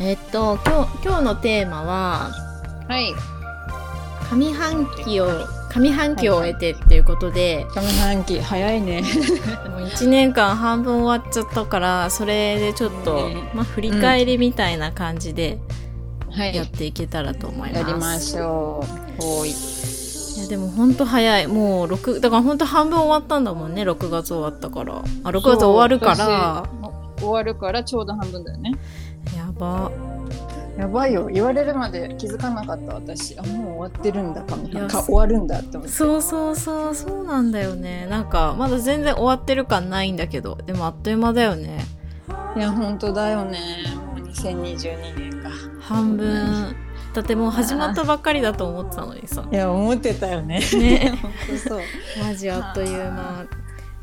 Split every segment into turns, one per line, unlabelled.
えっと今日今日のテーマは
はい。
上半期を上半期を終えてっていうことで、
上半期、早いね。
もう1年間半分終わっちゃったからそれでちょっと、
ね
まあ、振り返りみたいな感じで
は
やっていけたらと思います。
やりましょう。おい。
いやでもほんと早いもう6だからほんと半分終わったんだもんね6月終わったからあ6月終わるから
そう。私終わるからちょうど半分だよね。
やば
やばいよ。言われるまで気づかなかった私。あ、もう終わってるんだかみたい
いや
な。か終わるんだって思って。
そうそうそうそうなんだよねなんかまだ全然終わってる感ないんだけどでもあっという間だよね
いや、本当だよね。もう2022年か。
半分だってもう始まったばっかりだと思ってたのにさ
いや、思ってたよね。
ね
本当そう。
マジあっという間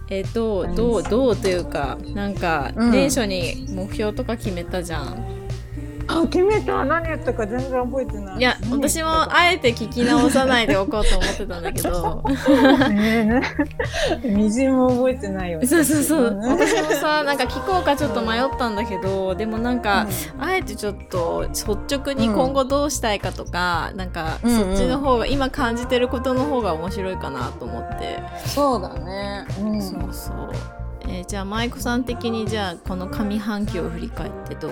えどうどうどうというかなんか
うん
年初に目標とか決めたじゃん、
あ、決めた。何言ったか全然覚えてない
いや私もあえて聞き直さないでおこうと思ってたんだけど
ねえね みじんも覚えてないよ ね
そうそうそう
ね
私もさなんか聞こうかちょっと迷ったんだけどでもなんか、あえてちょっと率直に今後どうしたいかとか、なんか
うんうん
そっちの方が、今感じてることの方が面白いかなと思って、
そうだね。うん
そうそう、えーじゃあ舞子さん的にじゃあこの上半期を振り返ってどう、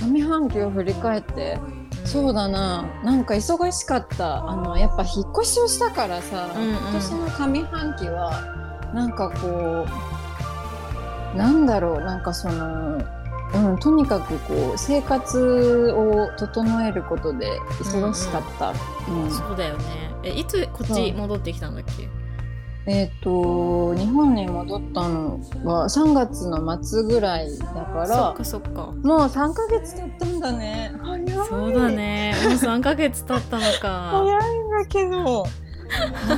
上半期を振り返って、そうだな、なんか忙しかった。あのやっぱ引っ越しをしたからさ、
うんうん
今年の上半期はなんかこう、なんだろう、なんかその。うん、とにかくこう生活を整えることで忙しかった、うん
そうだよねえいつこっ
そ
ち
う
戻ってきたんだっけ
えっ、と日本に戻ったのは3月の末ぐらいだ
そ
か
っ
ら
かそっか
もう3ヶ月経ったんだね早い
そうだねもう3ヶ月経ったのか
早いんだけど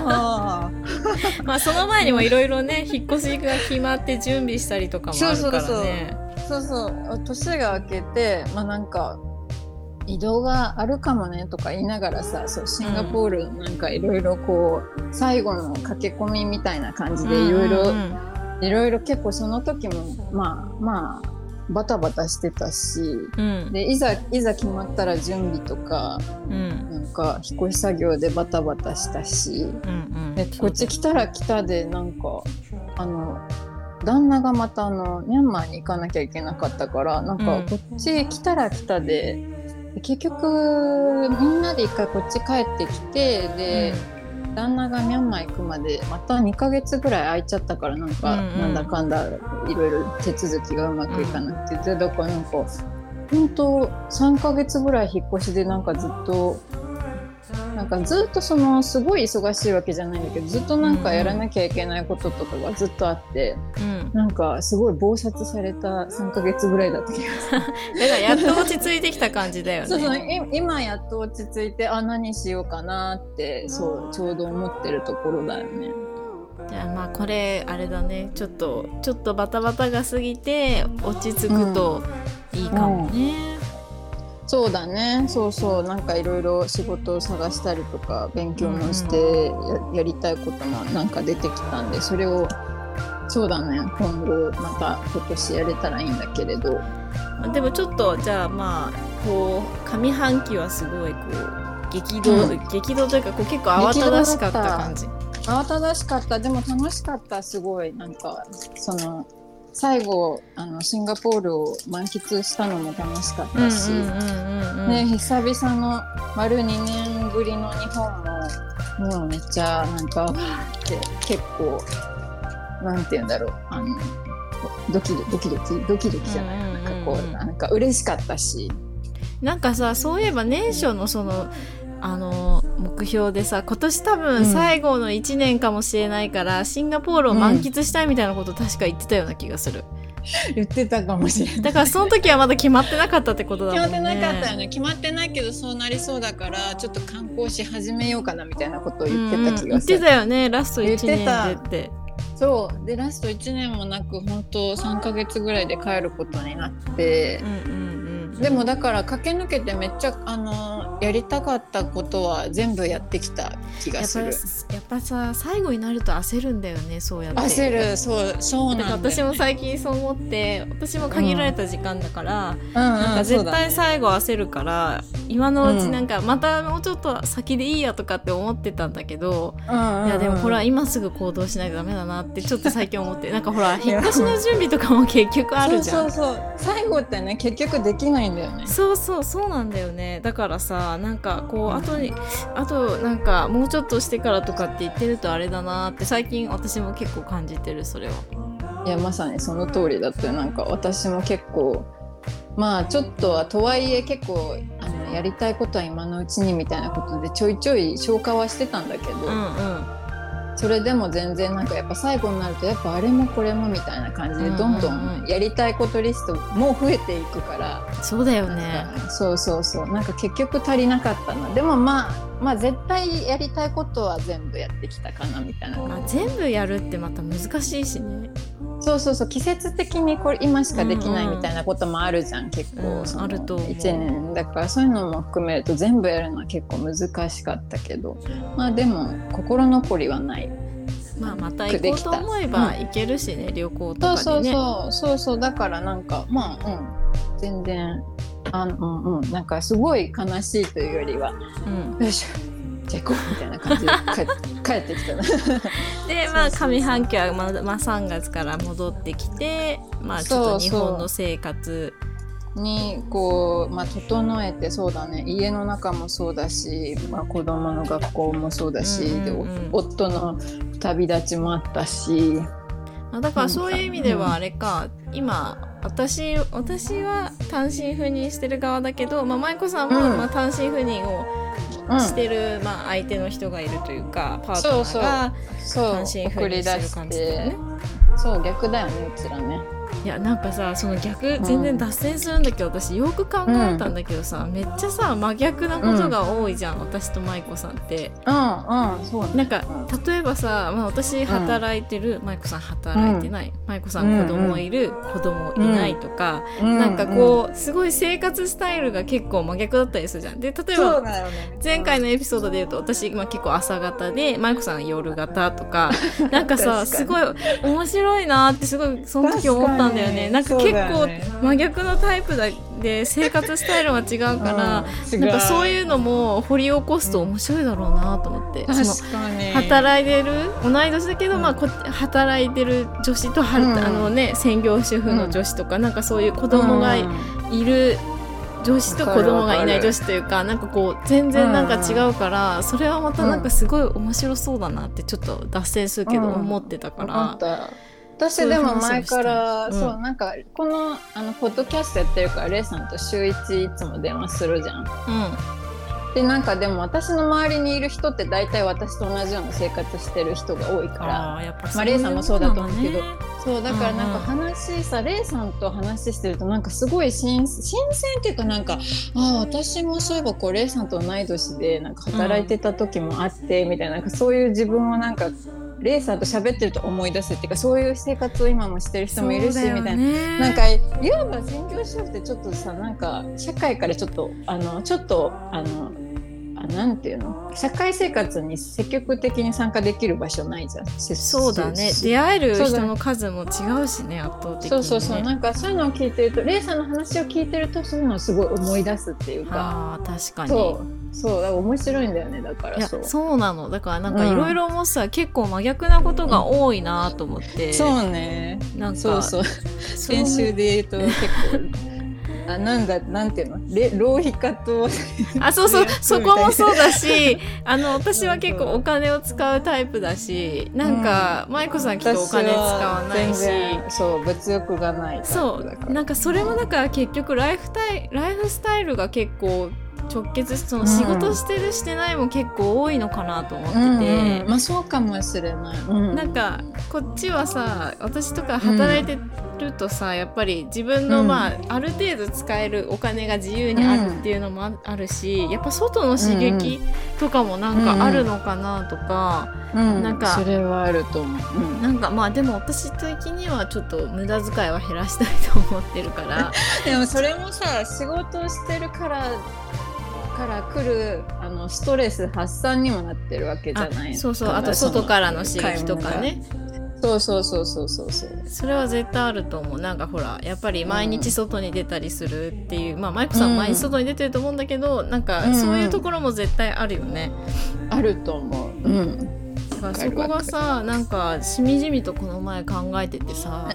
あ
まあその前にもいろいろね引っ越しが決まって準備したりとかもあるからね
そうそうあそうそう年が明けてまあなんか移動があるかもねとか言いながらさそうシンガポールのなんかいろいろこう最後の駆け込みみたいな感じでいろいろ
うんうんうん
いろいろ結構その時もまあまあバタバタしてたし
うん
でいざいざ決まったら準備とか
うん
なんか引っ越し作業でバタバタしたし
うんう
で
ん
こっち来たら来たでなんかあの旦那がまたあのミャンマーに行かなきゃいけなかったからなん
う
か
ん
こっち来たら来たで。で結局みんなで一回こっち帰ってきてで、旦那がミャンマー行くまでまた2ヶ月ぐらい空いちゃったからなんか、
うんうん
なんだかんだいろいろ手続きがうまくいかなくて、でだからなんか本当3ヶ月ぐらい引っ越しでなんかずっとなんかずっとそのすごい忙しいわけじゃないんだけどずっとなんかやらなきゃいけないこととかがずっとあって、
うん、
なんかすごい忙殺された3ヶ月ぐらいだった気がする。
だからやっと落ち着いてきた感じだよね。
そうそうい今やっと落ち着いてあ何しようかなってそうちょうど思ってるところだよね。
じゃあまあこれあれだねちょっとちょっとバタバタが過ぎて落ち着くといいかもね。
そうだねそうそうなんかいろいろ仕事を探したりとか勉強もしてや,、やりたいこともなんか出てきたんでそれをそうだね今後また今年やれたらいいんだけれど
でもちょっとじゃあまあこう上半期はすごいこう激動、
うん
激動というかこう結構慌ただしかった感じ。
慌ただしかったでも楽しかったすごいなんかその最後あのシンガポールを満喫したのも楽しかっ
うんう
たし、
んうんうんうん。
ね、久々の丸2年ぶりの日本ももうめっちゃなんかわーって結構なんて言うんだろうあのドキドキドキドキドキドキじゃない、
うんうんうんうん
なんかこうなんか嬉しかったし
なんかさそういえば年初のそのあの目標でさ今年多分最後の1年かもしれないから、シンガポールを満喫したいみたいなこと確か言ってたような気がする。
言ってたかもしれない。
だからその時はまだ決まってなかったってことだもん
決ま
ね。
ってなかったよね決まってないけどそうなりそうだからちょっと観光し始めようかなみたいなことを言ってた気
うんうん言
が
っ
する、
てたよねラスト1
言ってた
年でって。
そうでラスト1年もなく本当3ヶ月ぐらいで帰ることになって
うんうんうん
でもだから駆け抜けてめっちゃあのやりたかったことは全部やってきた気
や
が
っ
す
ぱ
る
やっぱさ最後になると焦るんだよねそうやって
焦るそうそう
だから
なんだ
私
よ
も最近そう思って私も限られた時間だから、
うん
な
うんん
か
そう
絶
だ
対
ね
最後焦るから、今のうち
うん
なんかまたもうちょっと先でいいやとかって思ってたんだけど、
うんうん
いやでもほら今すぐ行動しないとダメだなってちょっと最近思ってなんかほら引っ越しの準備とかも結局あるじゃん。
そうそうそう最後ってね結局できないんだよね
そうそうそうなんだよねだからさなんかこうあとにあとなんかもうちょっとしてからとかって言ってるとあれだなって最近私も結構感じてるそれを
いやまさにその通りだってなんか私も結構まあちょっとはとはいえ結構あのやりたいことは今のうちにみたいなことでちょいちょい消化はしてたんだけど、
うんうん
それでも全然なんかやっぱ最後になるとやっぱあれもこれもみたいな感じで
うん
どんど
うんうん
んやりたいことリストも増えていくから、
そうだよね
そうそうそうなんか結局足りなかったなでもまあまあ絶対やりたいことは全部やってきたかなみたいな
あ全部やるってまた難しいしね
そうそうそう季節的にこれ今しかできないみたいなこともあるじゃん、結構、
うん
その
あると思う
1年だからそういうのも含めると全部やるのは結構難しかったけどまあでも心残りはない
まあまた行こうと思えば行けるしね、旅行と
そう
か
そ
で
う
ね
そうそうそうだからなんかまあうん全然あのうんうんなんかすごい悲しいというよりは
うん
よいしょじゃあ行こうみたいな感じで帰 帰ってきたな
でまあ
そうそうそう
上半期はまだ、まあ、3月から戻ってきてまあちょっと日
そうそ
本
う
の生活
にこう、まあ、整えてそうだね家の中もそうだし、まあ、子供の学校もそうだし、
うんうんうん
でお夫の旅立ちもあったし
まあだからそういう意味ではあれか、今私私は単身赴任してる側だけど、まあ、舞子さんも
うん
まあ単身赴任を
うん
してる、まあ、相手の人がいるというかパートナ
そう
ー
そう
が
そう
単身赴
送
任
り出
してる
し
感じだよね。
てそう逆だよねうちらね。
いやなんかさその逆全然脱線するんだけど、私よく考えたんだけどさ、めっちゃさ真逆なことが多いじゃん、私と舞子さんって。
うんうんそうね。
なんか例えばさ、まあ、私働いてる、舞子さん働いてない、舞子さん子供いる、子供いないとか、なんかこうすごい生活スタイルが結構真逆だったりするじゃん。で
うん
例え
そう
ば
だよね。
前回のエピソードで言うと私今結構朝方で舞子さん夜型とかなんかさ
確かに
すごい面白いなってすごいその時思ったんだよね。なん
確
か結
かにそう
構
だよね
真逆のタイプだで生活スタイルは違うから、
うん、
なんかそう
う
いうのも掘り起こすと面白いだろうなと思って。その
確かに
働いてる同い年だけど、
うん
まあ、こ働いてる女子とは、
うん
あのね、専業主婦の女子とか、なんかそういう子供が
うん
いる女子と
わ
子
かる
供がいない女子というかなんかこう全然なんか違うから、それはまたなんかすごい面白そうだなってちょっと脱線するけど
うん
思ってたか
わか
ら、
った
そう
私
いう
でも
話を
前から
したいうん
そうなんかこのあのポッドキャストやってるからレイさんと週一いつも電話するじゃん。
うん
でなんかでも私の周りにいる人って大体私と同じような生活してる人が多いから
あーやっぱ
まあレイさんもそうだと思うけど
そういうもんなんだね
そうだからなん
う
か話さレイさんと話してるとなんかすごい新新鮮っていうかなんかああ私もそういえばこうレイさんと同い年でなんか働いてた時もあってみたいななんかそういう自分をなんかレイさんと喋ってると思い出すっていうかそういう生活を今もしてる人もいるし
そ
み
うだよ
たいな
ね
なんかいわば専業主婦ってちょっとさなんか社会からちょっとあのちょっとあのあなんていうの社会生活に積極的に参加できる場所ないじゃん。せ
そうだね
せ
出会える
そうだ
人
ね
の数も違うしね圧倒的に、ね、
そうそうそうなんかそういうのを聞いてるとレイさんの話を聞いてるとそういうのをすごい思い出すっていう
あ
か
ー確かに
そうそうだから面白いんだよねだか
い
ら
や
そう
そうなのだからなんかいろいろ思ってたら結構真逆なことが多いなと思って、
そうね
なんか
そう そう
そう
先週で言うと結構あなんだなんていうのレ浪費家と
あそうそう
ね
そこもそうだしあの私は結構お金を使うタイプだしなんか舞子さんきっとお金使わないし
私は全然そう物欲がないタイ
そ
プだか
う
ら
なんかそれもなんか結局ライフタイライフスタイルが結構直結しそうの
ん
仕事してるしてないも結構多いのかなと思ってて、
うんうんまあそうかもしれない。うん
なんかこっちはさ私とか働いてるとさ、やっぱり自分の、
うん
まあ、ある程度使えるお金が自由にあるっていうのもあ,、るしやっぱ外の刺激とかもなんかあるのかなとか、
うん
なんか
それはあると思う。うん
なんかまあでも私的にはちょっと無駄遣いは減らしたいと思ってるから。
でもそれもさ仕事をしてるからから来るあのストレス発散にもなってるわ けじゃない
あそうそう
だ
あと
その
外からの刺激とかね
そうそうそうそうそうそう
それは絶対あると思うなんかほらやっぱり毎日外に出たりするっていう、まあ舞子さん
うん
毎日外に出てると思うんだけど、なん
うんう
か
ん
そういうところも絶対あるよね、
あると思ううん
だからそこがさなんかしみじみとこの前考えてて さ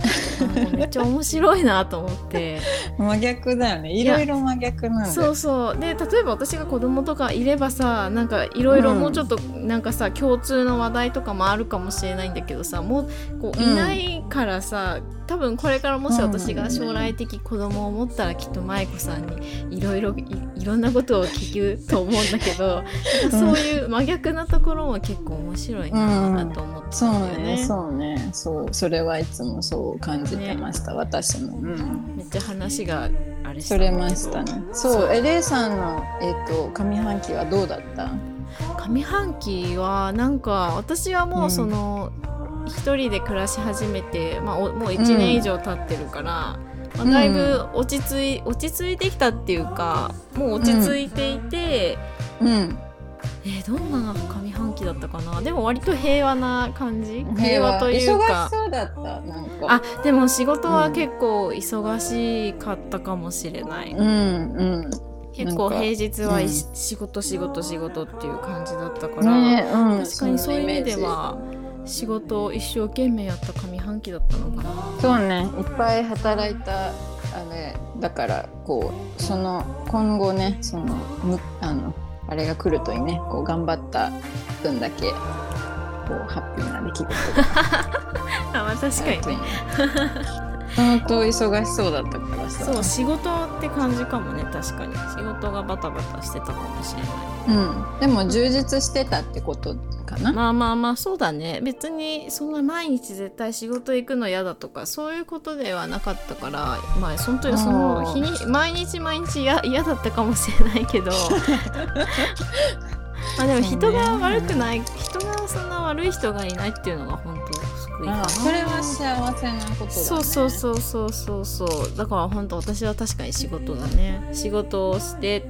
なんかめっちゃ面白いなと思って
真逆だよねいろいろ真逆なんだ
そうそうで例えば私が子供とかいればさなんかいろいろ
うん
もうちょっとなんかさ共通の話題とかもあるかもしれないんだけどさもうこう
うん
いないからさ、多分これからもし私が将来的子供を持ったらきっと舞子さんにいろいろいいろんなことを聞くと思うんだけ ど、なんかそういう真逆なところも結構面白いなと思って
そう
たんだよね,、
ねそうねそうそれはいつもそう感じてました、私もうん
めっちゃ話があれし
それましたねそうエレイさんのえっ、と上半期はどうだった
上半期はなんか私はもうその、一人で暮らし始めて、まあ、おもう1年以上経ってるから、まあ、だいぶ落ち着い落ち着いてきたっていうかもう落ち着いていて、
うん
えーどんな上半期だったかなでも割と平和な感じ平
平
和
和
という
忙し
か。
そうだったなんか
あでも仕事は結構忙しかったかもしれない、
うんうん
結構
なん
平
か
日は、い
うん
仕事仕事仕事っていう感じだったから、
ねうん、
確かにそういう意味では仕事を一生懸命やった上半期だったのかな
そのイメージそうねいっぱい働いたあれだからこうその今後ねそのむあのあれが来るといいねこう頑張った分だけこうハッピーな出来事が
あまあ確
あるといいね相当忙しそうだったからさ
そう仕事って感じかもね確かに仕事がバタバタしてたかもしれない
うん、でも充実してたってことかな、
まあまあまあそうだね別にそんな毎日絶対仕事行くの嫌だとかそういうことではなかったからまあ本当にその日に毎日毎日や嫌だったかもしれないけ どまあでも人が悪くない、人がそんな悪い人がいないっていうのが本当救いか
あ
な
あそれは幸せなことだ、ね、
そうそうそうそうそうそうだから本当私は確かに仕事だね仕事をして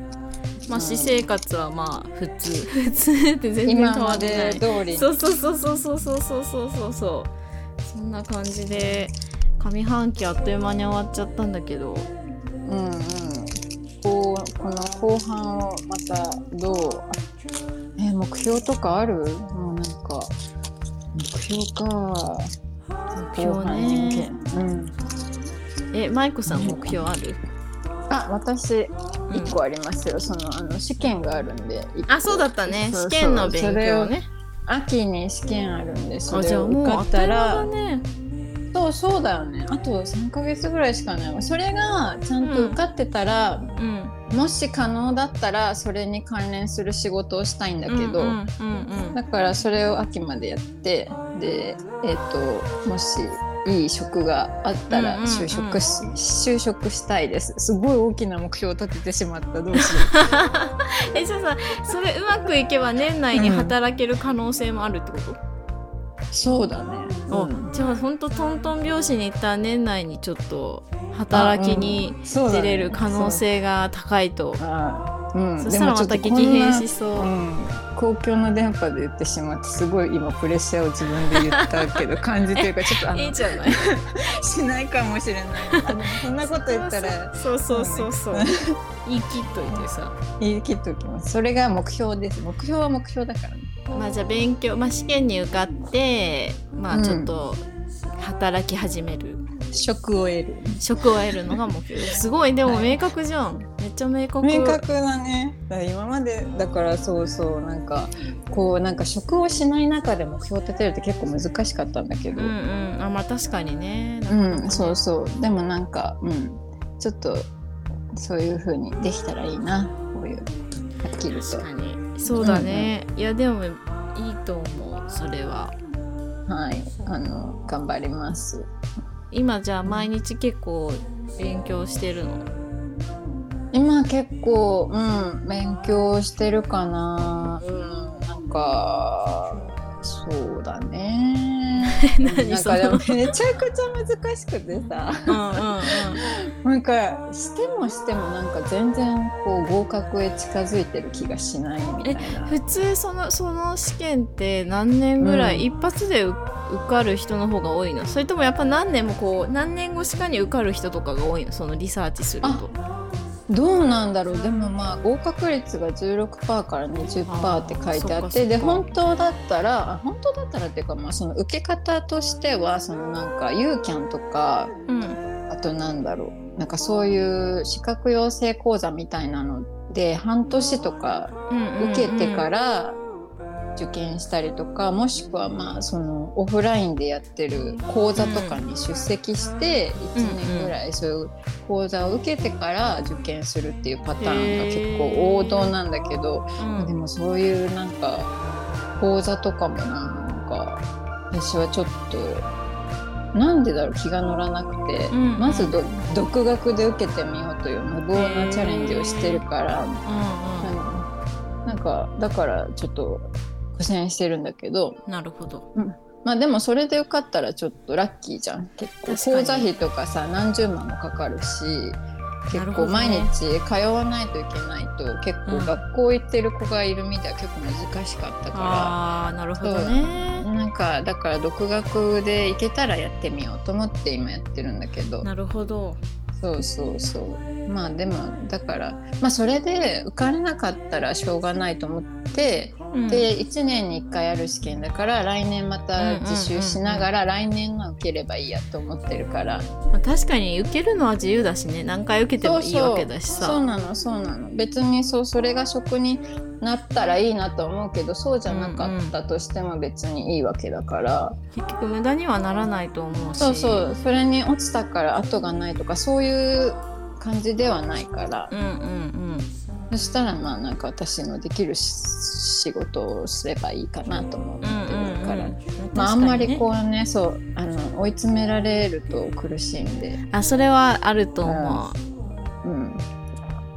まあ
うん
私生活はまあ普通普通って全然変
今
わ
ま
ってな
で
い
通りに
そうそうそうそうそうそうそうそうそうそうそんな感じで上半期あっという間に終わっちゃったんだけど
うんうん、こうこの後半をまたどうえ目標とかあるもうなんか目標か
標ね
後半に向けうん、
え舞子さん目標ある
あ私一個ありますよ、そのあの試験があるんで一個
あそうだったね
そうそう
試験の勉
それ
強
を
ね
秋に試験あるんでそ
あじ
れ
ゃあ
を
も
受
う
か
あ
っ
っとい
た
う間
ら
だね
そうそうだよねあと3ヶ月ぐらいしかないそれがちゃんと受かってたら、
うん
もし可能だったらそれに関連する仕事をしたいんだけど、
うんうんうん
だからそれを秋までやってでえっ、ともしいい職があった
うん
ら
うんうん
就職し、就職したいですすごい大きな目標を立ててしまったどうしよ
えじゃあさそれうまくいけば年内に働ける可能性もあるってこと、
うそうだね、
お
うん
じゃあほんとトントン拍子に行ったら年内にちょっと働きに
そう
出
だね
れる可能性が高いと
そうあーうん
そしたらまた激変し
そ
そうう、
ん、公共の電波で言ってしまってすごい今プレッシャーを自分で言ったけ ど感じというかちょっとあの
いいじゃない
しないかもしれないあのそんなこと言ったら
そうそうそうそう言い切っといてさ
言い切っておきますそれが目標です目標は目標だからね
まあじゃあ勉強、まあ、試験に受かってまあちょっと働き始める、
職を得る
職を得るのが目標すごいでも
はい
明確じゃん、めっちゃ明確
明確だねだから今までだからそうそうなんかこうなんか職をしない中で目標を立てるって結構難しかったんだけ
う
ど
んうんあまあ確かにね
うん、そうそうでもなんかうんちょっとそういう風にできたらいいなこういうはっきりと
確かにそうだね、いやでもいいと思うそれは
はいあの頑張ります
今じゃあ毎日結構勉強してるの
今結構うん勉強してるかなうんなんかそうだね
何
なん
そ
かでも
の
めちゃくちゃ難しくてさ
うんうんうん
なんかしてもしてもなんか全然こう合格へ近づいてる気がしないみたいな
普通そのその試験って何年ぐらい、
うん
一発で受受かる人の方が多いのそれともやっぱ何年もこう何年越しかに受かる人とかが多いのそのリサーチすると
どうなんだろうでもまあ合格率が16%から20%って書いてあ
あーそっか
っ
そ
て
っか
で本当だったらあ本当だったらっていうかまあその受け方としてはそのなんかユーキャンとか
うん
あとなんだろうなんかそういう資格養成講座みたいなので半年とか受けてからら受験したりとか、もしくはまあそのオフラインでやってる講座とかに出席して
うん
1年ぐらいそういう講座を受けてから受験するっていうパターンが結構王道なんだけど、
うん
でもそういうなんか講座とかもなんか私はちょっと。なんでだろう気が乗らなくて、
ん
まずど独学で受けてみようという無謀なチャレンジをしてるから、
うんう
うんなんかだからちょっと苦戦してるんだけど
んなるほど
まあでもそれで受かったらちょっとラッキーじゃん結構
確かに
講座費とかさ何十万もかかるし
なるほ
結構
どね
毎日通わないといけないと結
うん
構学校行ってる子がいるみたい結構難しかったか
ああなるほどね
ら、なんかだから独学で行けたらやってみようと思って今やってるんだけど
なるほど
そうそうそうまあでもだからまあそれで受かれなかったらしょうがないと思って
うん
で1年に1回ある試験だから来年また自習しながら来年の受ければいいやと思ってるから
まあ確かに受けるのは自由だしね何回受けてもいいわけだしさ
そうなのそうなの別にそうそれが職になったらいいなと思うけどそうじゃなかったとしても別にいいわけだから、
結局無駄にはならないと思うし
そうそうそれに落ちたから後がないとかそういう感じではないから
うんうん
そしたらまあなんか私のできるし仕事をすればいいかなとも思
うんうん
って
うんう
る
ん
から。
確
まあ、あ
か
ん
にね
まりこうねそうあの追い詰められると苦しいんで、
あそれはあると思う、
うん、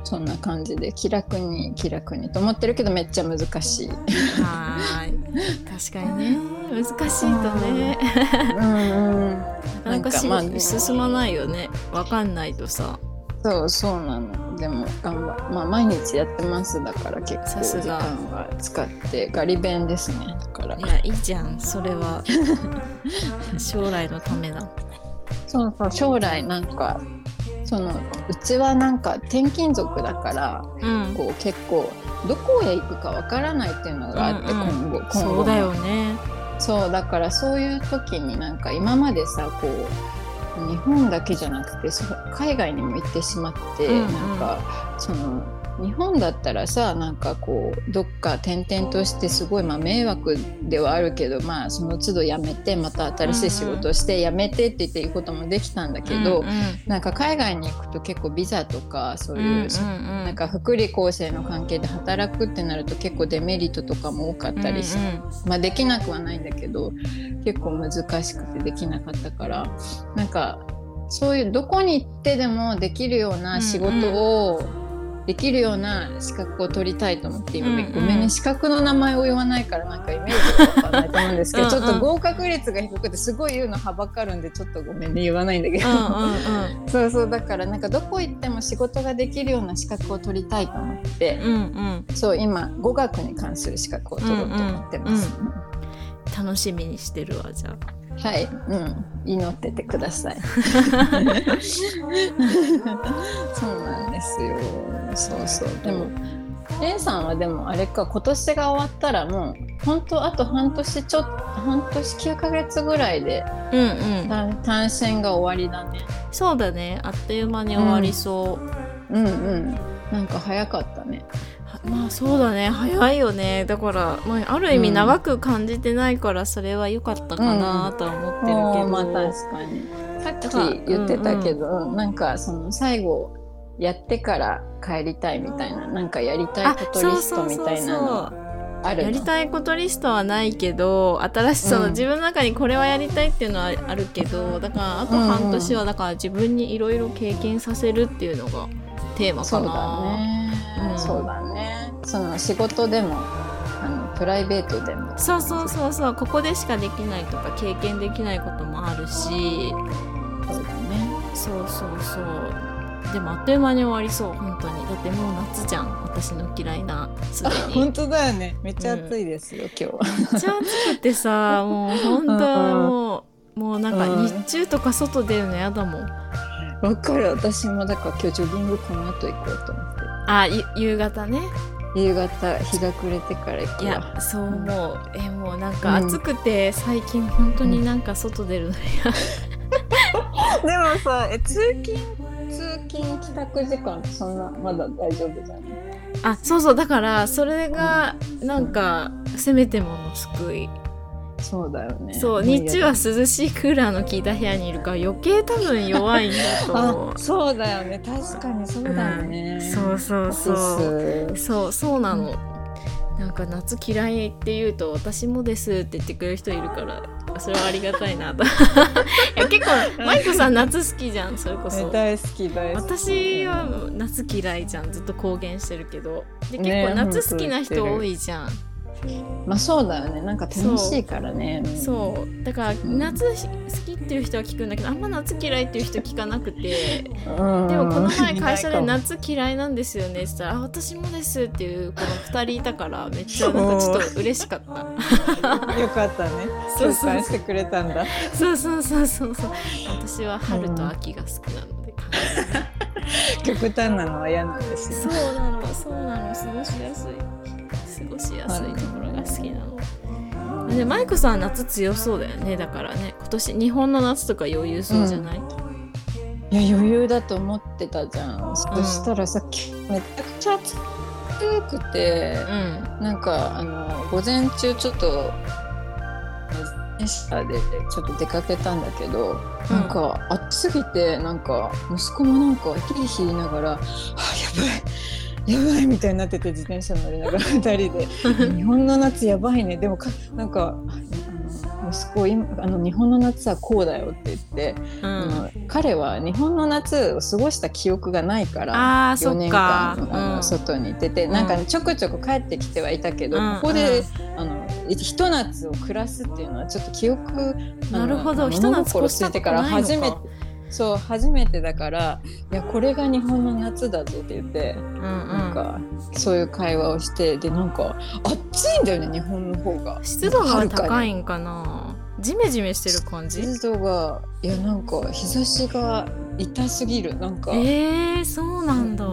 そんな感じで気楽に気楽にと思ってるけどめっちゃ難 しい、うん、
はーい確かにね難しいとねなか
な
なんか
か
し
まあね
進まないよねわかんないとさ
そうそうなのでも頑張まあ毎日やってますだから結構
さす
時間
が
は使ってガリ弁ですねだから
いやいいじゃんそれ は将来のためだ
そうそう将来なんかそのうちはなんか転勤族だから
うん
こう結構どこへ行くかわからないっていうのがあって、
うんうん
今後今後
そうだよね
そうだからそういう時になんか今までさこう日本だけじゃなくてそう海外にも行ってしまって、
うんうん
なんかその日本だったらさなんかこうどっか転々としてすごい、まあ、迷惑ではあるけど、まあ、その都度辞めてまた新しい仕事をして辞めてって言っていうこともできたんだけど、
うんうん
なんか海外に行くと結構ビザとかそう
うん
いううんなんか福利厚生の関係で働くってなると結構デメリットとかも多かったりし、
うんうん
まあ、できなくはないんだけど結構難しくてできなかったからなんかそういうどこに行ってでもできるような仕事を、できるような資格を取りたいと思って今、
うんうん
ごめんね資格の名前を言わないからなんかイメージがわかんないと思うんですけど
うんうん
ちょっと合格率が低くてすごい言うのはばかるんでちょっとごめんね言わないんだけど、
う
そうそうだからなんかどこ行っても仕事ができるような資格を取りたいと思って、
んうんうんうん
そう今語学に関する資格を取ろうと思ってます、
楽しみにしてるわじゃあ
はい、うん、祈っててくださ い。そうなんですよ。そうそう。でも、レンさんはでもあれか、今年が終わったらもう、本当あと半年ちょっと、半年9ヶ月ぐらいで
うんうん
単単身が終わりだね。
そうだねあっという間に終わりそう、
うんうん。なんか早かったね。
はまあそうだね早いよねだから、まあ、ある意味
うん
長く感じてないからそれは良かったかなとは思ってるけど、
まあ確かに。さっき言ってたけど、なんかその最後やってから帰りたいみたいななんかやりたいことリストみたいなのある
や
の
りたいことリストはないけど新しいその、
うん
自分の中にこれはやりたいっていうのはあるけどだからあと半年はだから自分にいろいろ経験させるっていうのがテーマ
そ
か
うだ
な。
ね、
うん
そうだねその仕事でもあのプライベートでも
そうそうそうそうここでしかできないとか経験できないこともあるし
そうだね
そうそうそうでもあっという間に終わりそう本当にだってもう夏じゃん私の嫌いなすで に
当だよねめっ
ちゃ暑
いですよ、今
めっちゃ暑くて さもう本当はもうもうなんか
うん
日中とか外出るのやだもん
日わかる私もだから今日ジョギングこの後行こうと思って
あゆ夕方ね
夕方日が暮れてから行
い
くわ
やそう思うえもうなんか
うん
暑くて最近本当になんか外出るの
でもさえ通勤通勤帰宅時間ってそんなまだ大丈夫じゃない
あそうそうだからそれがなんかせめてもの救い
そうだよね
そう日中は涼しいクーラーの効いた部屋にいるから余計多分弱いんだと思
あ
う
そうだよね確かにそうだよね、
そうそうそう
う
そうそうなのなんか夏嫌いって言うと私もですって言ってくれる人いるからそれはありがたいな といや結構マイコさん夏好きじゃんそれこそ
大好き大好き
私はもう夏嫌いじゃんずっと公言してるけどで結
ね
構夏好きな人
本当言ってる
多いじゃん、
まあそうだよねなんか楽しいからね
そうだから
ん
夏好きっていう人は聞くんだけどあんま夏嫌いっていう人聞かなくて
う、
でもこの前会社で夏嫌いなんですよねって言ったら「あ私もです」っていうこの2人いたからめっちゃなんかちょっと嬉しかった
よかったね
そうそう
してくれたんだ
そうそうそうそうそう私は春と秋が好きなので、
極端なのは嫌なんです
そうなのそうなの過ごしやすい過ごしやすいところが好きなのでマイコさんは夏強そうだよねだからね今年日本の夏とか余裕そうじゃない、
いや余裕だと思ってたじゃん、そしたらさっきめちゃくちゃ暑くて
うん、
なんかあの午前中ちょっとエスターでちょっと出かけたんだけど、なんか暑すぎてなんか息子もなんかヒリヒリ言いながら「あやばいやばい」みたいになってて自転車乗りながら二人で「日本の夏やばいね」でもかなんかあの息子今あの日本の夏はこうだよって言って、
う
あ
ん、
の彼は日本の夏を過ごした記憶がないか ら。
ああそ
4
っ
年
か
間あの外に出て、なんかねちょくちょく帰ってきてはいたけど、
うん
ここで、あのひと夏を暮らすっていうのはちょっと記憶あ
な
の
るほど
物
ひと夏
心
越した
ついて
こ
か
と
ら
ない
初
の
めて
か
そう初めてだからいやこれが日本の夏だぜって言って、
うんうん
なんかそういう会話をしてでなんか暑いんだよね日本の方が
湿度が高
い
いんかなジメジメしてる感じ
湿度がいやなんか日差しが痛すぎるなんか。
えー、そうなんだ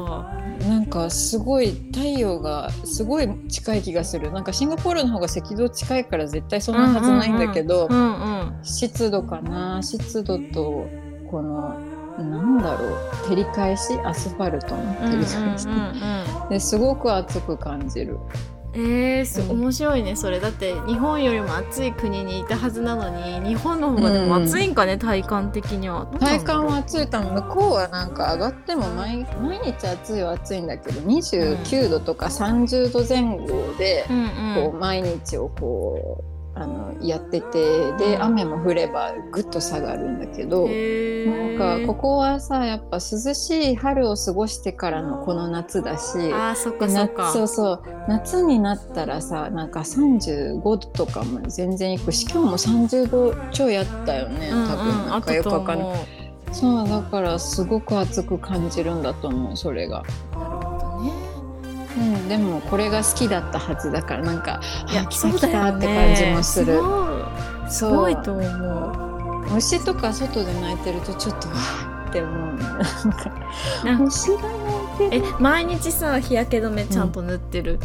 なんかすごい太陽がすごい近い気がするなんかシンガポールの方が赤道近いから絶対そんなはずないんだけど、
うんうん
湿度かな湿度とこのなんだろう照り返しアスファルトの
うんうんうんう
照り返し、
ん
ですごく暑く感じる
えー、す
うん
面白いねそれだって日本よりも暑い国にいたはずなのに日本の方がでも暑いんかね、体感的には
体感は暑いと思う向こうはなんか上がっても毎毎日暑いは暑いんだけど29度とか30度前後で、
うん
こ
う
う毎日をこうあのやっててで
うん
雨も降ればぐっと下がるんだけ
ん
ど、
へー
なんかここはさやっぱ涼しい春を過ごしてからのこの夏だし。
あーそっ
で
かそ
な
っか
そうそう夏になったらさなんか35度とかも全然いくし今日も30度超やったよね、
うんうん
多分なんかよくわかんない
あ
そうだからすごく暑く感じるんだと思うそれが、
ったと思うなるほどね
うん、でもこれが好きだったはずだからなんか
いや
あ来
そ
た
う
来
だ
た
よ
っ
ね
て感じもする
すごいす
そう
ごいと思う
虫とか外で鳴いてるとちょっとわーって思うねなんか
なんか
虫が鳴いて
え
る
毎日さ日焼け止めちゃんと塗ってる、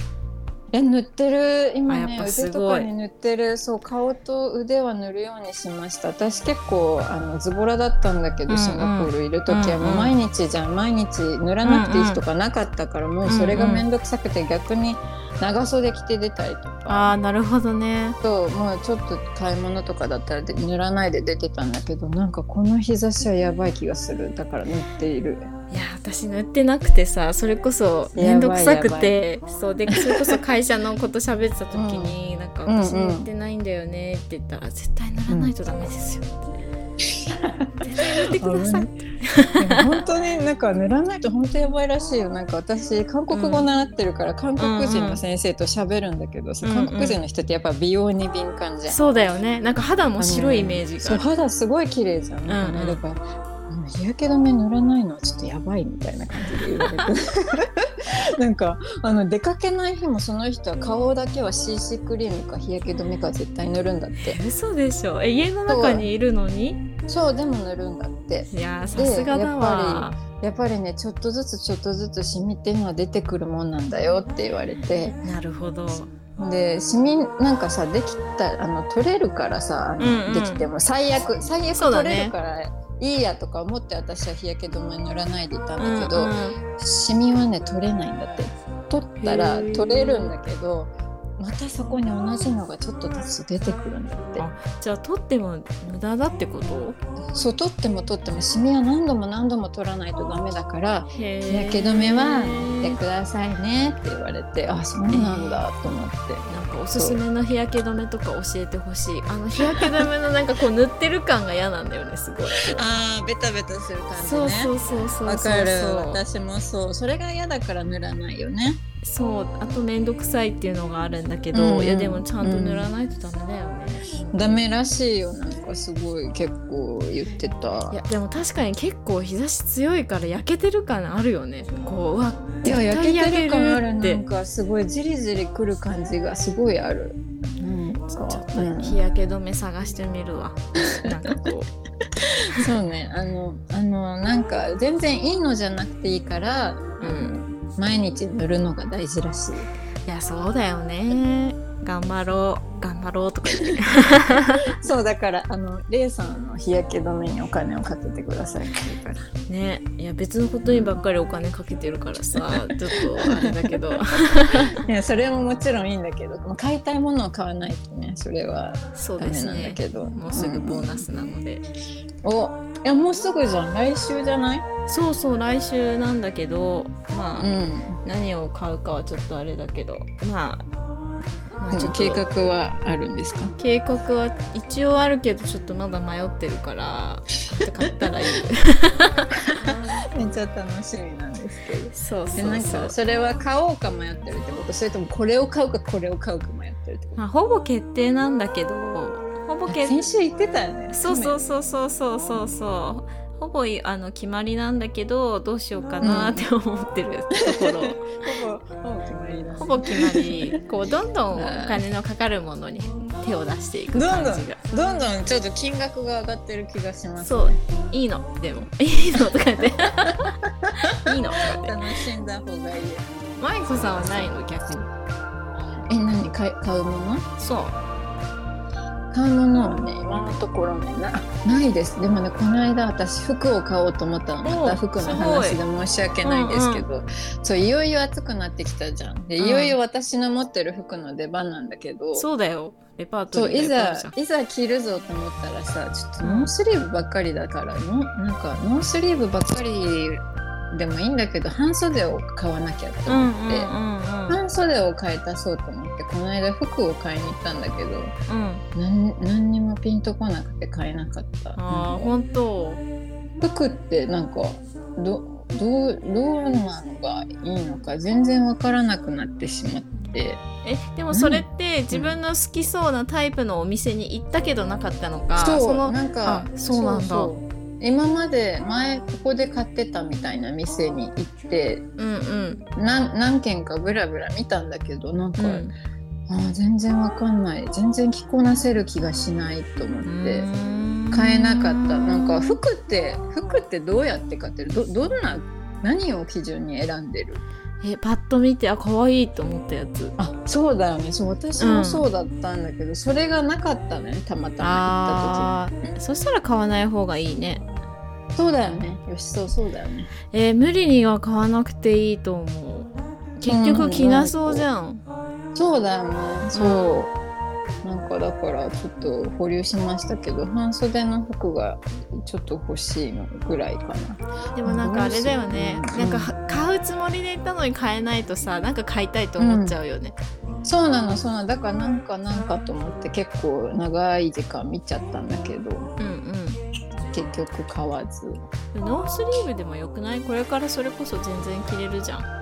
え塗ってる今
あや
ね
っぱす
腕と
ごい
かに塗ってるそう顔と腕は塗るようにしました私結構あのズボラだったんだけど、
うんうん
シンガポールいる時は
うんうん
もう毎日じゃん毎日塗らなくていい日とかなかったから、もうそれが面倒くさくて逆に長袖着て出たりとか。
ああなるほどね
そうもうちょっと買い物とかだったらで塗らないで出てたんだけどなんかこの日差しはやばい気がするだから塗っている
えいや私塗ってなくてさそれこそ面倒くさくてそうでそれこそ会社のこと喋ってた時に「なんか私
うんうん
塗ってないんだよね」って言ったら「絶対塗らないとダメですよ」って「絶対塗ってください」
でも本当になんか塗らないと本当やばいらしいよなんか私韓国語習ってるから韓国人の先生と喋るんだけどさ、
うんうん
韓国人の人ってやっぱ美容に敏感じゃん、
そうだよねなんか肌も白いイメージ
そう
が
肌すごい綺麗じゃん,、なんか
う
ね
んうん
だからうん日焼け止め塗らないのはちょっとやばいみたいな感じで言われ てなんかあの出かけない日もその人は顔だけは CC クリームか日焼け止めか絶対塗るんだって
嘘でしょえ家の中にいるのに
そうでも塗るんだって
いやーさすがだわ
やっぱりねちょっとずつちょっとずつシミっていうのは出てくるもんなんだよって言われて
なるほど
でシミなんかさできたあの取れるからさ、あの
うんうん
できても最悪最悪
そうだ
取
ね
れるからいいやとか思って私は日焼け止め塗らないでいたんだけど、
うんうん
シミはね取れないんだって取ったら
へー
取れるんだけどまたそこに同じのがちょっとずつ出てくるんだって
あじゃあ取っても無駄だってこと
そう取っても取ってもシミは何度も何度も取らないとダメだから
日
日焼け止めはやってくださいねって言われてあそうなんだと思って
なんかおすすめの日焼け止めとか教えてほしいあの日焼け止めのなんかこう塗ってる感が嫌なんだよねすごい
あーベタベタする感
そうそうそうそう
わ
そう
かる私もそうそれが嫌だから塗らないよね
そうあと面倒くさいっていうのがあるんだけど、
うん
いやでもちゃんと塗らないとダメだよね、
ダメらしいよなんかすごい結構言ってた
いやでも確かに結構日差し強いから焼けてる感あるよねこううわ
いや焼けてる感ある
っ
な
て
んかすごいじりじりくる感じがすごいあるうん
ち
そ
ょっ
うう
と
ん
日焼け止め探してみるわ、なんか こ
そうねあのあのなんか全然いいのじゃなくていいから
う、うん、
毎日塗るのが大事らしい
いやそうだよね頑張ろう頑張ろうとか言って
そうだからあのレイさんの日焼け止めにお金をかけてくださいって言うから
ねいや別のことにばっかりお金かけてるから さちょっとあれだけど
いやそれももちろんいいんだけどもう買いたいものを買わないとねそれは
そう
ダ
で
メ
す
なんだ
ね
けど
もうすぐボーナスなので、
うんおいやもうすぐじゃん来週じゃない
そうそう来週なんだけどまあ、
ん
何を買うかはちょっとあれだけどまあ、まあ、ちょっと
計画はあるんですか
計画は一応あるけどちょっとまだ迷ってるからちょっと買ったらいい
めっちゃ楽しみなんですけど
そう
で
そ
な
うんそう
かそれは買おうか迷ってるってことそれともこれを買うかこれを買うか迷ってるってこ
まあほぼ決定なんだけどほぼ
と
決定
先週言ってたよね
そうそうそうそうそうそうそうほぼいあの決まりなんだけどどうしようかなって思ってるところ、
ほぼほぼ決まりだね
ほぼ決まりこうどんどんお
うん
金のかかるものに手を出してい
ど
く
んど
感
ん
じが
どんどんちょっと金額が上がってる気がします、ね、
そういいのでもいいのとか 言っていいのとか言って
楽しんだ方がいいよ
舞子さんはないの逆に
え何買い買うもの
そう
買うものはね今のところねなないですでもねこの間私服を買おうと思ったの
お
また服の話
す
で申し訳ないですけどそういよいよ暑くなってきたじゃんで
うん
いよいよ私の持ってる服の出番なんだけど、
そうだよレパー
そ
ト
う
リー
い
がいっぱいあ
ざ
るじゃん
いざ着るぞと思ったらさちょっとノースリーブばっかりだからのなんかノースリーブばっかりでもいいんだけど半袖を買わなきゃって
うんう
思っ
ん
て、
うん
半袖を買い足そうと思ってこの間服を買いに行ったんだけど
うんうん
なん何にもピンとこなくて買えなかった
ああ
なんか
本当
服ってなんかどどうどうなのがいいのか全然わからなくなってしまって
えでもそれって自分の好きそうなタイプのお店に行ったけどなかったのか
そう
の
なん
あ
か
そうなんだ
う今まで前ここで買ってたみたいな店に行って
うんうん
なん何軒かブラブラ見たんだけどなんか、
うん
あー全然わかんない全然着こなせる気がしないと思って。買えなかったなんか服って服ってどうやって買ってるどどんな何を基準に選んでる
えパッと見てあ可愛いと思ったやつ
あそうだよねそう私もそうだったんだけど、それがなかったねたまた
あ
ま行った時
ーそしたら買わない方がいいね
そうだよねよしそうそうだよね
えー無理には買わなくていいと思う結局着なそうじゃん、
そうだよねそう、なんかだからちょっと保留しましたけど半袖の服がちょっと欲しいのぐらいかな
でもなんかあれだよね
うん
なんかは買うつもりで行ったのに買えないとさなんか買いたいと思っちゃうよね、
そうなのそうなのだからなんかなんかと思って結構長い時間見ちゃったんだけど
うん、
結局買わず
うんノースリーブでもよくないこれからそれこそ全然着れるじゃん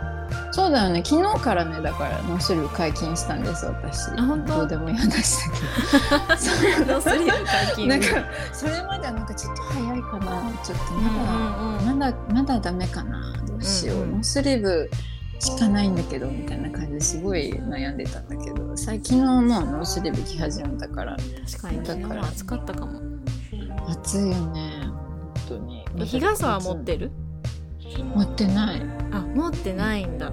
そうだよね昨日からねだからノースリーブ解禁したんです私
あ本当
どうでもいい話だけどそう
ノースリーブ解禁
なんかそれまではなんかちょっと早いかなちょっと
うんう
ま
ん
だ、
うん
まだまだダメかなどうしよう、
うんうん
ノースリーブしかないんだけどみたいな感じですごい悩んでたんだけど最近はもうノースリーブ着始めたから
確かに昨日も暑かったかも
暑いよね本当に
え日傘は持ってる
持ってない
あ持ってないんだ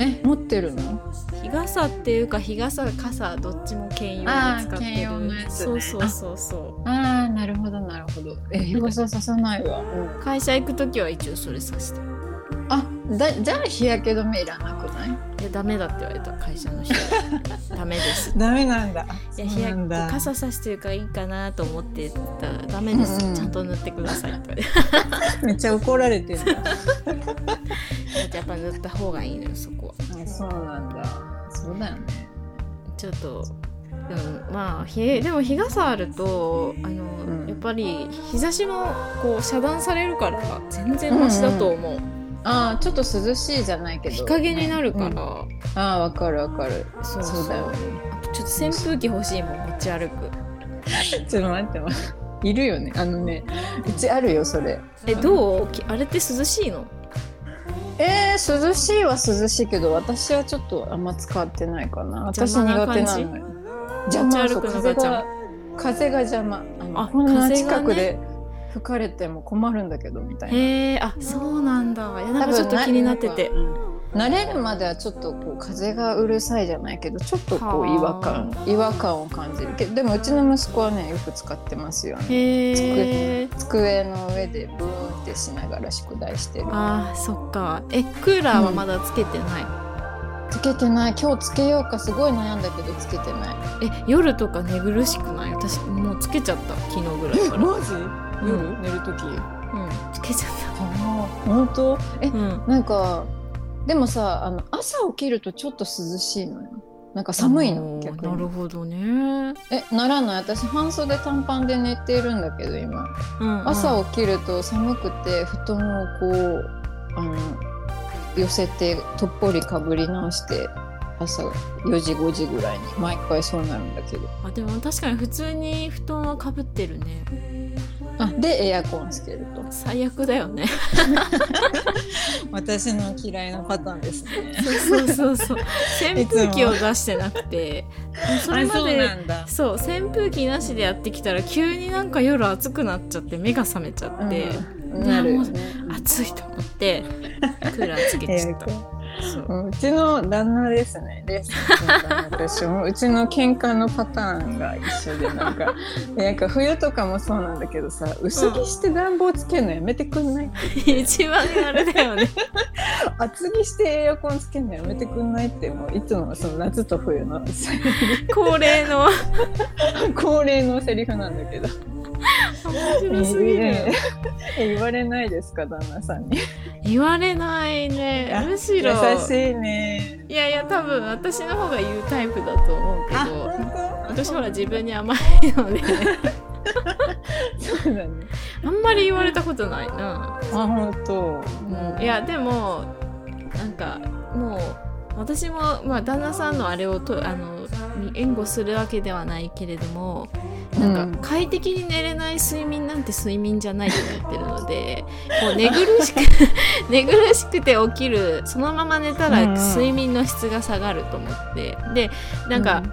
え持ってるの
日傘っていうか日傘傘どっちも兼用で
あ
使
ー
ってる
兼用のやつね
そうそうそうそ
ああなるほどなるほどえ日傘ささないわ、
う会社行く時は一応それさしてい
あだじゃあ日焼け止めいらなくない
やダメだって言われた会社 の人ダメです
ダメなんだ
いや日焼け
傘
傘さしてるからいいかなと思ってたらダメです、
うんうん
ちゃんと塗ってくださいって言われて
めっちゃ怒られてる
やっぱ塗った方がいいのよそこは
そうなんだそうだよね
ちょっと、うん、まあ日でも日傘あるとあの、
うん
やっぱり日差しもこう遮断されるから全然マシだと思う、
ああちょっと涼しいじゃないけど
日陰になるか
うんあ
ら、
あわかるわかる
そ
そうう
そう
だよね
あとちょっと扇風機欲しいもん持ち歩く
ちょっと待って ますいるよねあのねうちあるよそれ
えどうきあれって涼しいの
えー、涼しいは涼しいけど私はちょっとあんま使ってないかな私
邪魔な
苦手
感じ
なのよ邪魔
持ち歩
そう
くのが
風
邪
が風が邪魔あの
あ
こんな
風が
近
ね
くで吹かれても困るんだけどみたいな
へえあそうなんだいやなん
多
か
分
ちょっと気になってて
んかうん慣れるまではちょっとこう風がうるさいじゃないけどちょっとこ
は
う
あ
違和感違和感を感じるけどでもうちの息子はねよく使ってますよね
へえ
机の上でブーンってしながら宿題してる
あーそっかえクーラーはまだつけてない、
つけてない今日つけようかすごい悩んだけどつけてない
え夜とか寝苦しくない私もうつけちゃった昨日ぐらいから
ジ
うん
寝る時
うんつけちゃっ
本当え
たうん
なんかでもさあの朝起きるとちょっと涼しいのよなんか寒いの
おー
逆
な
に
るほどね、うん
えならない私半袖短パンで寝てるんだけど今
うん
朝起きると寒くて布団をこうあの寄せてとっぽりかぶり直して朝4時5時ぐらいに毎回そうなるんだけど
あでも確かに普通に布団はかぶってるね
あでエアコンつけると
最悪だよね
私の嫌いなパターンですね
そうそうそう扇風機を出してなくてそれまで
んだ
そう扇風機なしでやってきたら急になんか夜暑くなっちゃって目が覚めちゃって、
うん、なるよね
暑いと思ってクーラーつけちゃった
エア
そう
うんうちの旦那ですね。レースの旦那 と一緒もううちの喧嘩のパターンが一緒でなんかなんか冬とかもそうなんだけどさ薄着して暖房つけるのやめてくんない、
一番あれだよね
厚着してエアコンつけるのやめてくんないってもういつもその夏と冬の
恒例の
恒例のセリフなんだけど
面白すぎるよ
え え言われないですか旦那さんに
言われないね
あ
むし
優
ろ
しいね
いやいや多分私の方が言うタイプだと思うけど
本
私ほら自分に甘いので
当そうだね
あんまり言われたことないな、
あ本当
うん、いやでもなんかもう私も、まあ、旦那さんのあれをとあのに援護するわけではないけれどもなんか快適に寝れない睡眠なんて睡眠じゃないと思ってるのでこう寝苦しく 寝苦しくて起きるそのまま寝たら
うんうん
睡眠の質が下がると思ってでなんか、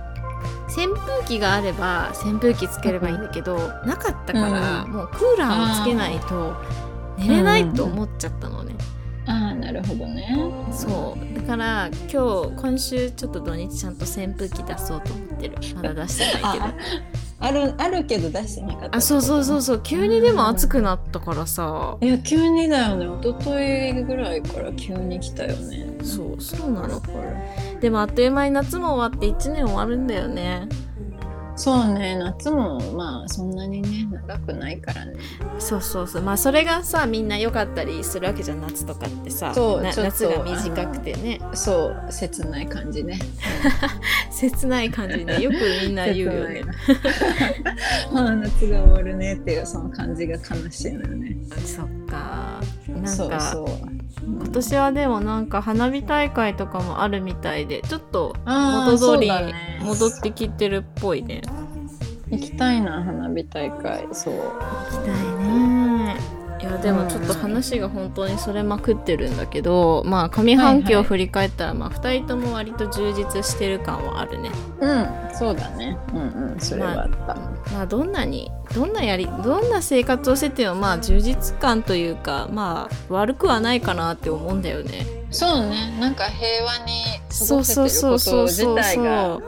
扇風機があれば扇風機つければいいんだけど、なかったから、
う
もうクーラーをつけないと寝れないと思っちゃったのね、
ああなるほどね
そうだから今日今週ちょっと土日ちゃんと扇風機出そうと思ってるまだ出してないけど
ああるあるけど出してなかった
あそうそうそう
う
そう急にでも暑くなったからさ
いや急にだよね一昨日ぐらいから急に来たよね
そうそうなの
これ
でもあっという間に夏も終わって1年終わるんだよね
そうね夏もまあそんなにね長くないからね
そうそうそうまあそれがさみんな良かったりするわけじゃん夏とかってさ
そう
な
ちょっと
夏が短くてね
そう切ない感じね
切ない感じねよくみんな言うよ ね
ああ夏が終わるねっていうその感じが悲しいのよね
そっかなんか
そうそう、うん
今年はでもなんか花火大会とかもあるみたいでちょっと
あー
元通り
そうだ
に
ね
戻ってきてるっぽいね。
行きたいな花火大会そう
行きたいね。いやでもちょっと話が本当にそれまくってるんだけど、まあ上半期を振り返ったらまあ2人とも割と充実してる感はあるね。
うんそうだねうんうんそれはあった、
まあどんなにどんなやりどんな生活をしててもまあ充実感というかまあ悪くはないかなって思うんだよね。
そうねなんか平和に過
そ
ご
う
せ
そう
てる
そ
こ
うそ
と
う
自
そう
体
そ
が
う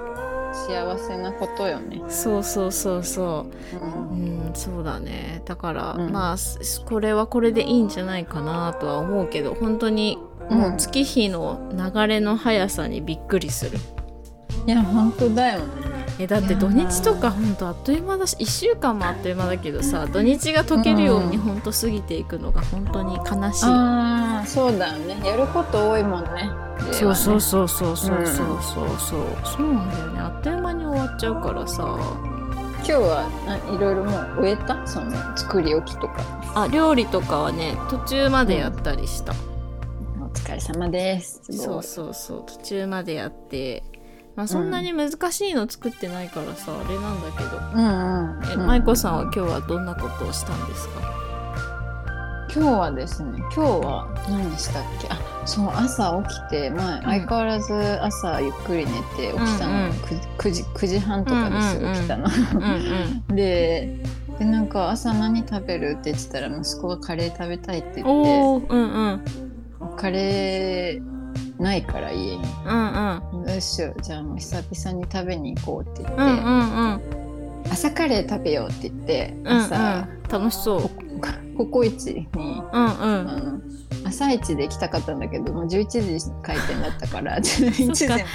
幸せなことよね、
そうそうそうそう。
うん
うん、そうだねだから、
うん
まあすこれはこれでいいんじゃないかなとは思うけど本当にもううん月日の流れの速さにびっくりする、
いや本当だよね
えだって土日とか本当あっという間だし1週間もあっという間だけどさ土日が解けるように
うん
本当過ぎていくのが本当に悲しい、
ああそうだよねやること多いもんね
そうそう
そ
そうそうそううんそうそうそうそうなんだよねあっという間に終わっちゃうからさ
今日はないろいろもう植えたその作り置きとか
あ料理とかはね途中までやったりした、
お疲れ様ですすごい
そうそうそう途中までやって、まあ、そんなに難しいの作ってないからさ、あれなんだけど
うん
え、
うんうん
舞子さんは今日はどんなことをしたんですか
今日はですね今日は何したっけあそう朝起きて、まあ、相変わらず朝ゆっくり寝て起きた
うんう
の、
ん
く 9, 時9時半とかですぐ起きたの、
うんうん
ででなんか朝何食べるって言ってたら息子がカレー食べたいって言っ
おおうんうん
てカレーないから家に
うんうん
どうしようじゃあもう久々に食べに行こうって言って、
うんうんうん
朝カレー食べようって言って
うん
朝、
うん楽しそう
ココイチに
うんう
あ
ん
の朝一で行きたかったんだけどもう11時開店だったから 11時まで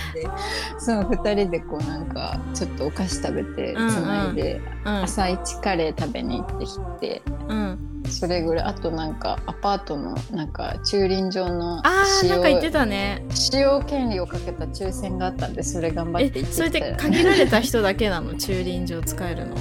そう2人でこうなんかちょっとお菓子食べてつ
うんうん
ないで、
うん
朝一カレー食べに行ってきて。
うん
それぐらいあとなんかアパートのなんか駐輪場の
あー
使
なんか言って
用
たね
使用権利をかけた抽選があったんでそれ頑張って
え
行っ
そ
てきた
れで
よ
限られた人だけなの駐輪場使えるのは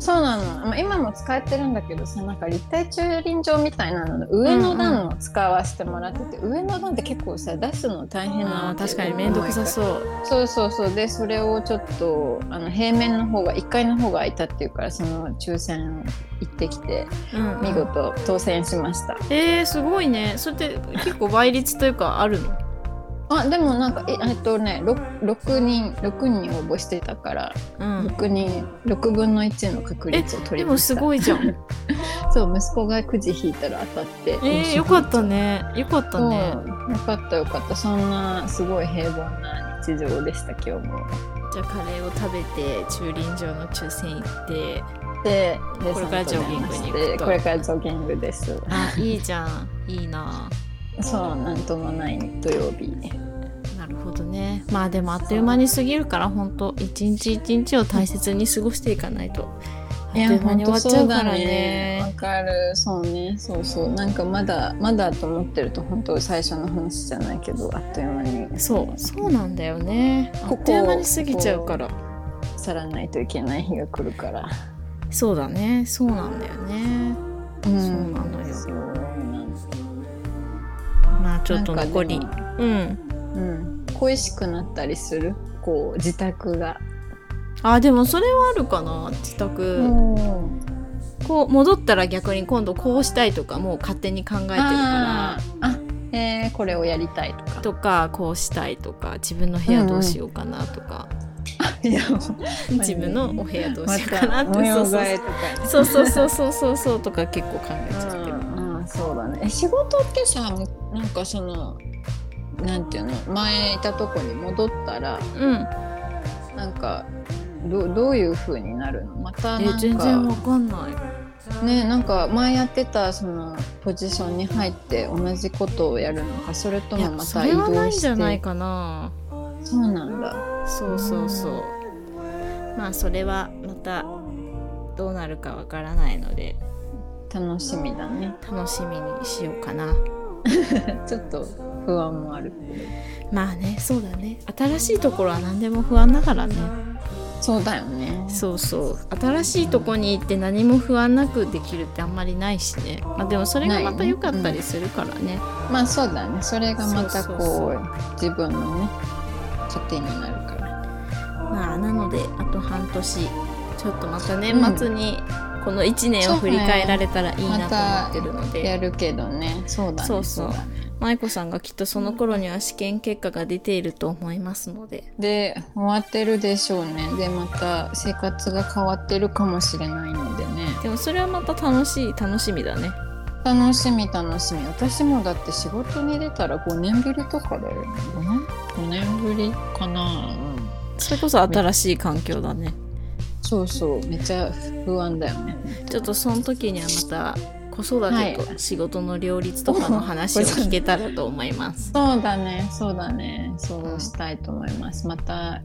そうなの、まあ、今も使えてるんだけどさなんか立体駐輪場みたいなのの上の段を使わせてもらってて、上の段って結構さ出すの大変な
あ
の
ー確かに面倒くさそう
そうそうそうでそれをちょっとあの平面の方が1階の方が空いたっていうからその抽選行ってきて
うんう
見
ん
事当選しました
えーすごいねそれって結構倍率というかあるの
あでもなんかええっとね 6, 六人6人応募してたから
うん
6人6分の1の確率を取
で
りま
も
した
すごいじゃ ん。
そう息子がくじ引いたら当たって
えー、よかったね。よかったね。
そうよかったよかったそんなすごい平凡な日常でした今日も
じゃあカレーを食べて駐輪場の抽選行って。
でで
これからジョギングに行くと
散歩してこれからジョギングです
あ、いいじゃん。いいな。
そうなんともない土曜日
なるほどね。まあでもあっという間に過ぎるから本当一日一日を大切に過ごしていかないと。あっという間に終わっちゃうから
わ
ね。
かるそうねそうそうなんかまだまだと思ってると本当最初の話じゃないけどあっという間に
そう、そうなんだよね。あ
ここ
っという間に過ぎちゃうから。
去らないといけない日が来るから
そうだね。そうなんだよね。
そう
なのよ
そうなんです
まあちょっと
なんかでも
残り。うん。
うん恋しくなったりするこう自宅が、
あ、でもそれはあるかな。自宅。
うん
こう戻ったら逆に今度こうしたいとかもう勝手に考えてるか
あーあえーこれをやりたいとから
とかこうしたいとか自分の部屋どうしようかなとか、
いや
自分のお部屋どうしようかなって、
模様
そう
替えとか
そうそうそうそうそうそうそうとか結構考えちゃってる、
うんうんそうだねえ仕事ってさもうなんかそのなんていうの前いたとこに戻ったら
うん
なんかどどういう風になるのまたなん
え
か
全然わかんない
ねなんか前やってたそのポジションに入って同じことをやるのかそれと
い
も
や
ま
そ
た移
れ
動
はないん
し
じゃない
て
かな
そうなんだ
そうそうそうまあそれはまたどうなるかわからないので
楽しみだね
楽しみにしようかな
ちょっと不安もある
まあねそうだね新しいところは何でも不安だからね
そうだよね
そうそう新しいとこに行って何も不安なくできるってあんまりないしね、まあ、でもそれがまた良かったりするからね
まあそうだねそれがまたこう
そうそう
自分のね糧になるから
まあなのであと半年ちょっとまた年末にこの1年を振り返られたらいい
ま
なと思ってるの
たや
で
るけどねそうだね
そうそう
だね
舞子さんがきっとその頃には試験結果が出ていると思いますので
で終わってるでしょうねでまた生活が変わってるかもしれないのでね
でもそれはまた楽しい楽しみだね
楽しみ楽しみ私もだって仕事に出たら5年ぶりとかだよ5年 ,5 年ぶりかな、うん、
それこそ新しい環境だね
そうそうめっちゃ不安だよね
ちょっとその時にはまた子育て
は
と仕事の両立とかの話を聞けたらと思います。
そうだねそうだねそうしたいと思いますまた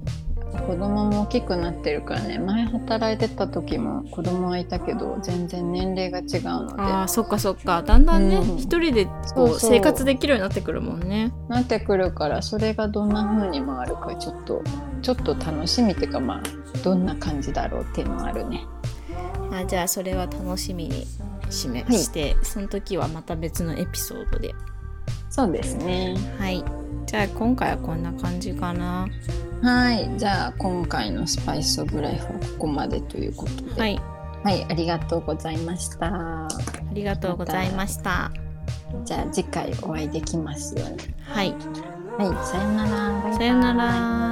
子供も大きくなってるからね前働いてた時も子供はいたけど全然年齢が違うので
ああそっかそっかだんだんね
うん
一、人で
そ
こ
う
う
そう
生活できるようになってくるもんね。
なってくるからそれがどんな風に回るかちょっとちょっと楽しみっていうかまあどんな感じだろうっていうのはあるね
あじゃあそれは楽しみにしめ、
はい
してその時はまた別のエピソードで。
そうですね
はいじゃあ今回はこんな感じかな。
はいじゃあ今回の「スパイス・オブ・ライフ」はここまでということで
は
はい、
い
ありがとうございました
ありがとうございました。
じゃあ次回お会いできますように
はい
はいさようならバイバイ
さよなら。